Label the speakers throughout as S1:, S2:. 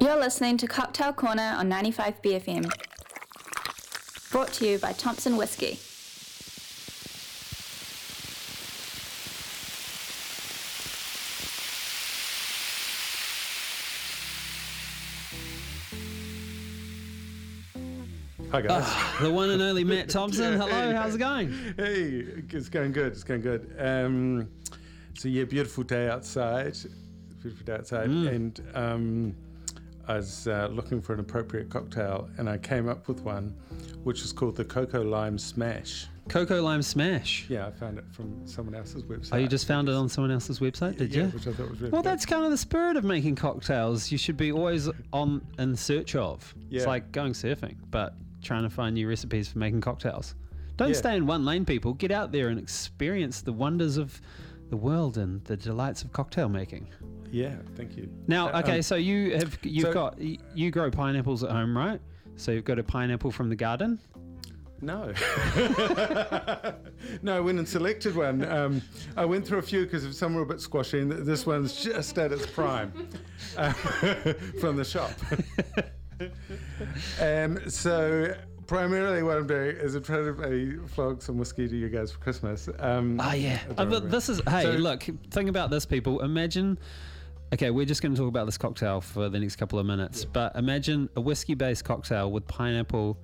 S1: You're listening to Cocktail Corner on 95BFM. Brought to you by Thompson Whiskey.
S2: Hi guys.
S3: The one and only Matt Thompson. Hello, how's it going?
S2: Hey, it's going good. It's going good. Um, so yeah, beautiful day outside. Beautiful day outside,
S3: Mm.
S2: and um, I was uh, looking for an appropriate cocktail, and I came up with one, which was called the Cocoa Lime Smash.
S3: Coco Lime Smash.
S2: Yeah, I found it from someone else's website.
S3: Oh, you just found it on someone else's website, did
S2: yeah,
S3: you?
S2: which I thought was really
S3: Well,
S2: good.
S3: that's kind of the spirit of making cocktails. You should be always on in search of.
S2: Yeah.
S3: It's like going surfing, but trying to find new recipes for making cocktails. Don't
S2: Yeah.
S3: stay in one lane, people. Get out there and experience the wonders of the world and the delights of cocktail making.
S2: yeah. Thank you.
S3: Now,
S2: Uh,
S3: okay,
S2: um,
S3: so you have you've
S2: so-
S3: got y- you grow pineapples at home, right? So you've got a pineapple from the garden.
S2: No. no, I went and selected one. Um, I went through a few because some were a bit squashy, and th- this one's just at its prime uh, from the shop. um, so, primarily, what I'm doing is I'm trying to uh, flog some whiskey to you guys for Christmas. Um,
S3: Oh yeah.
S2: I don't
S3: Uh, but
S2: remember.
S3: this is hey,
S2: So-
S3: look, think about this people. Imagine okay, we're just gonna talk about this cocktail for the next couple of minutes. But imagine a whiskey based cocktail with pineapple,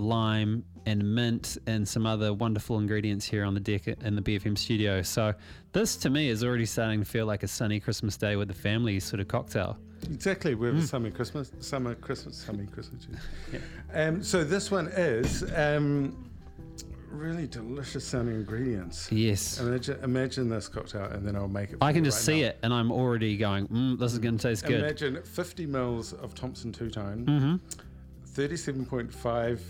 S3: lime and mint and some other wonderful ingredients here on the deck in the BFM studio. So this to me is already starting to feel like a sunny Christmas day with the family sort of cocktail.
S2: Exactly, we have a summer Christmas, summer Christmas, summer Christmas. Yeah. Um, so this one is um, really delicious sounding ingredients.
S3: Yes.
S2: Imagine, imagine this cocktail, and then I'll make it.
S3: I can just see it and I'm already going, mm, this is gonna taste good.
S2: Imagine 50 mils of Thompson Two Tone,
S3: Mm-hmm.
S2: 37.5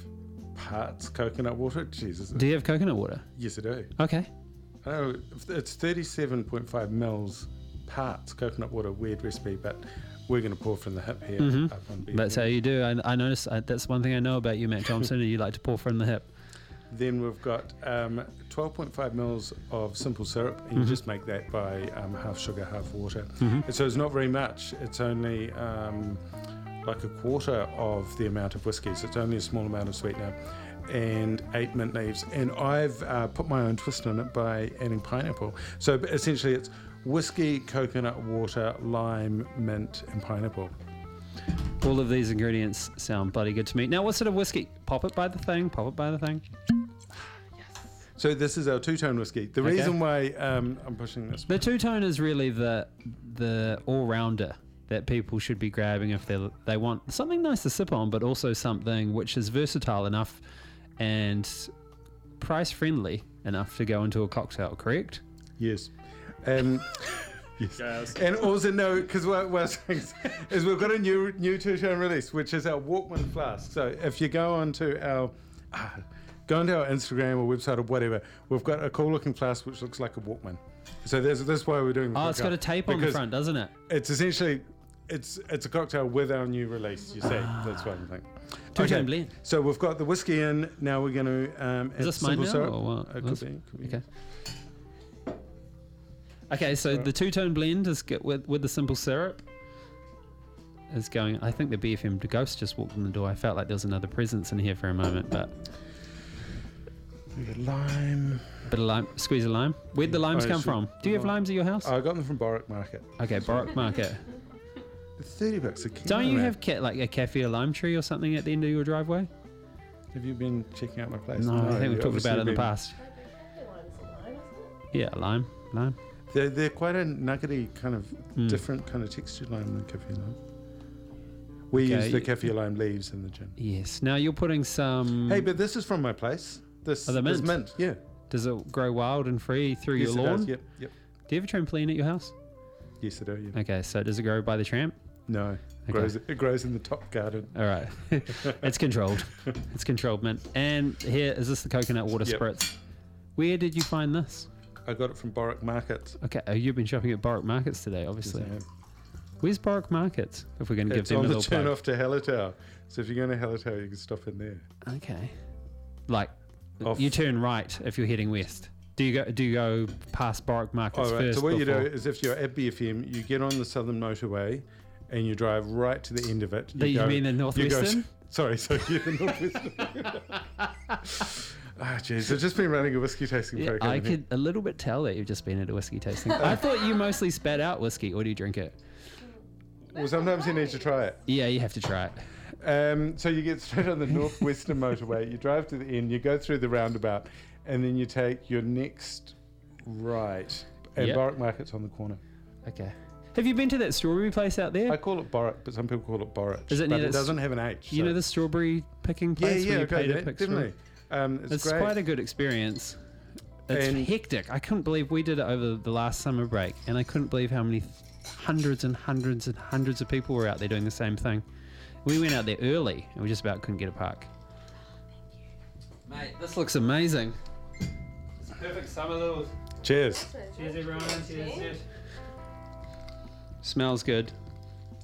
S2: parts coconut water. Jesus,
S3: Do you have coconut water?
S2: yes, I do.
S3: Okay.
S2: Oh, it's 37.5 mils parts coconut water. Weird recipe, but we're going to pour from the hip here.
S3: Mm-hmm.
S2: Up on
S3: That's
S2: BFM.
S3: how you do. I, I notice I, that's one thing I know about you, Matt Thompson. you like to pour from the hip.
S2: Then we've got um, 12.5 mils of simple syrup, and you just make that by um, half sugar, half water. And so it's not very much. It's only um, like a quarter of the amount of whiskey. So it's only a small amount of sweetener and eight mint leaves. And I've uh, put my own twist on it by adding pineapple. So essentially, it's whiskey, coconut water, lime, mint, and pineapple.
S3: All of these ingredients sound bloody good to me. Now, what sort of whiskey? Pop it by the thing. Pop it by the thing.
S2: So this is our two-tone whiskey. The
S3: Okay.
S2: reason why um, I'm pushing this.
S3: The two tone is really the the all rounder that people should be grabbing if they they want something nice to sip on, but also something which is versatile enough and price friendly enough to go into a cocktail. Correct?
S2: Yes. Um, yes. And also, no, because what, what I was saying is- is we've got a new new two-tone release, which is our Walkman flask. So if you go onto our ah, go onto our Instagram or website or whatever, we've got a cool-looking flask which looks like a Walkman. So there's, that's why we're doing. The
S3: Oh, it's got
S2: cocktail,
S3: a tape on the
S2: because
S3: front, doesn't it?
S2: It's essentially it's it's a cocktail with our new release. You see, that's what I'm thinking.
S3: Two-tone Ah. blend.
S2: So we've got the whiskey in. Now we're going to. Um, add
S3: Is this mine
S2: simple
S3: now?
S2: syrup.
S3: Or what?
S2: It could
S3: This-
S2: be, could be.
S3: Okay. Okay, so the two tone blend is get with with the simple syrup. Is going. I think the BFM ghost just walked in the door. I felt like there was another presence in here for a moment, but
S2: We've got lime.
S3: bit of lime, squeeze of lime. Where'd the limes
S2: Oh,
S3: come
S2: should-
S3: from? Do you have
S2: lime. Uh,
S3: limes at your house?
S2: I got them from Borwick Market.
S3: okay, Borough Market.
S2: 30 bucks a kilo.
S3: Don't you
S2: man.
S3: have ca- like a kaffir lime tree or something at the end of your driveway?
S2: Have you been checking out my place?
S3: No, I think
S2: you
S3: we've talked
S2: obviously
S3: about it in the
S2: been-
S3: past. Yeah, lime, lime.
S2: They're, they're quite a nuggety kind of
S3: Hmm.
S2: different kind of textured lime than kaffir lime. We
S3: Okay.
S2: use the kaffir lime leaves in the gin.
S3: Yes. Now you're putting some.
S2: Hey, but this is from my place. This
S3: Oh, the
S2: this
S3: mint?
S2: mint. Yeah.
S3: does it grow wild and free through
S2: yes,
S3: your
S2: it
S3: lawn?
S2: does. Yep. Yep.
S3: Do you have a trampoline at your house?
S2: Yes, I do. Yeah.
S3: Okay, so does it grow by the tramp?
S2: No. It
S3: Okay.
S2: grows, it grows in the top garden.
S3: All right, it's controlled. It's controlled, man. And here is this the coconut water
S2: Yep.
S3: spritz? Where did you find this?
S2: I got it from Borwick Market.
S3: Okay, oh, you've been shopping at Barrack Markets today, obviously. Where's Barrack Markets? If we're going to give
S2: It's
S3: them a
S2: on the
S3: little
S2: turn
S3: plug.
S2: off to Hallertau. So if you're going to Hallertau, you can stop in there.
S3: Okay, like
S2: Off-
S3: you turn right if you're heading west. Do you go? Do you go past Barrack Markets
S2: All right.
S3: first?
S2: So what you do
S3: before-
S2: is, if you're at BFM, you get on the Southern Motorway, and you drive right to the end of it.
S3: That you mean the
S2: you go-
S3: Northwestern?
S2: sorry, sorry, yeah, the Northwestern. Ah, jeez, I've just been running a whiskey tasting
S3: Yeah,
S2: program.
S3: I
S2: here.
S3: could a little bit tell that you've just been at a whiskey tasting. I thought you mostly spat out whiskey, or do you drink it?
S2: Well, sometimes you need to try it.
S3: Yeah, you have to try it.
S2: Um, so you get straight on the northwestern motorway. You drive to the end. You go through the roundabout, and then you take your next right. And
S3: Yep.
S2: Borwick Market's on the corner.
S3: Okay. Have you been to that strawberry place out there?
S2: I call it Borwick, but some people call it Borwich.
S3: Is it
S2: but
S3: near
S2: it
S3: the s-
S2: doesn't have an H.
S3: you know
S2: so-
S3: the strawberry picking
S2: yeah,
S3: place
S2: yeah,
S3: where you
S2: okay,
S3: pay to
S2: that,
S3: pick
S2: definitely.
S3: strawberries?
S2: Um, it's,
S3: It's
S2: great.
S3: quite a good experience. It's
S2: And-
S3: hectic. I couldn't believe we did it over the last summer break, and I couldn't believe how many th- hundreds and hundreds and hundreds of people were out there doing the same thing. We went out there early, and we just about couldn't get a park. Mate, this looks amazing. It's perfect summer little.
S2: Cheers.
S3: Cheers, everyone. Cheers. Smells good.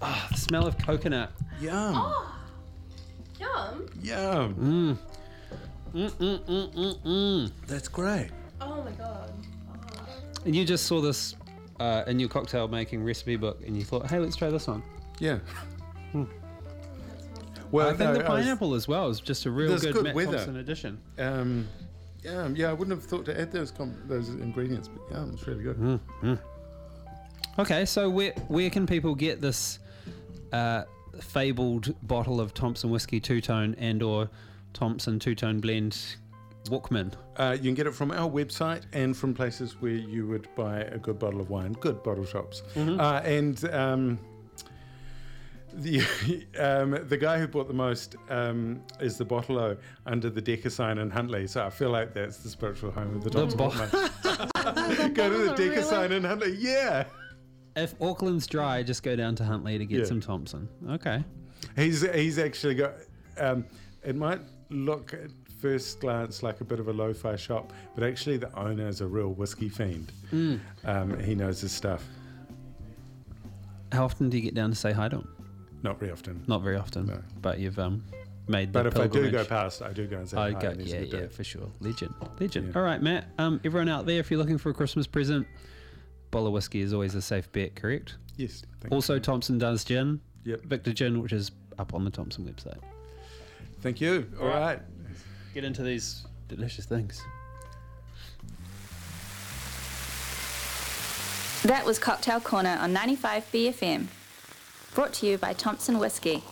S3: Ah, the smell of coconut.
S2: Yum.
S4: Yum.
S2: Yum.
S3: Mm. Mm, mm, mm, mm, mm.
S2: That's great.
S4: Oh my god.
S3: And you just saw this uh, in your cocktail making recipe book, and you thought, "Hey, let's try this one."
S2: Yeah. Well,
S3: I think the
S2: no, Hmm. I was-
S3: pineapple as well is just a real
S2: There's
S3: good,
S2: good
S3: Matt
S2: weather.
S3: Thompson addition.
S2: um, yeah, yeah, I wouldn't have thought to add those com- those ingredients, but yeah, it's really good.
S3: Okay, so where where can people get this uh, fabled bottle of Thompson whiskey two tone and or Thompson two tone blend Walkman?
S2: Uh, you can get it from our website and from places where you would buy a good bottle of wine, good bottle shops. Uh, and um, the um, the guy who bought the most um, is the bottler under the Decker sign in Huntley. So I feel like that's the spiritual home of the Thompson.
S3: bo-
S2: Bottler. Go to the
S4: bottler,
S2: Decker
S4: really?
S2: sign in Huntley. Yeah.
S3: If Auckland's dry, just go down to Huntley to get
S2: Yeah.
S3: some Thompson. Okay,
S2: He's he's actually got. Um, it might look at first glance like a bit of a lo-fi shop, but actually the owner is a real whiskey fiend.
S3: Mm.
S2: Um, he knows his stuff.
S3: how often do you get down to say hi to him?
S2: Not very often.
S3: Not very often,
S2: No.
S3: but you've um, made the
S2: But if I do
S3: pilgrimage.
S2: go past, I do go and say
S3: I
S2: hi.
S3: go,
S2: and he's a
S3: yeah,
S2: good
S3: yeah,
S2: dude.
S3: for sure. Legend, legend.
S2: Yeah.
S3: All right, Matt. Um, everyone out there, if you're looking for a Christmas present, Bola whiskey is always a safe bet, correct?
S2: Yes. Thank
S3: Also, Thompson does gin.
S2: Yep.
S3: Victor Gin, which is up on the Thompson website.
S2: Thank you. All
S3: All
S2: right.
S3: right. Get into these delicious things.
S1: That was Cocktail Corner on 95 BFM. Brought to you by Thompson Whiskey.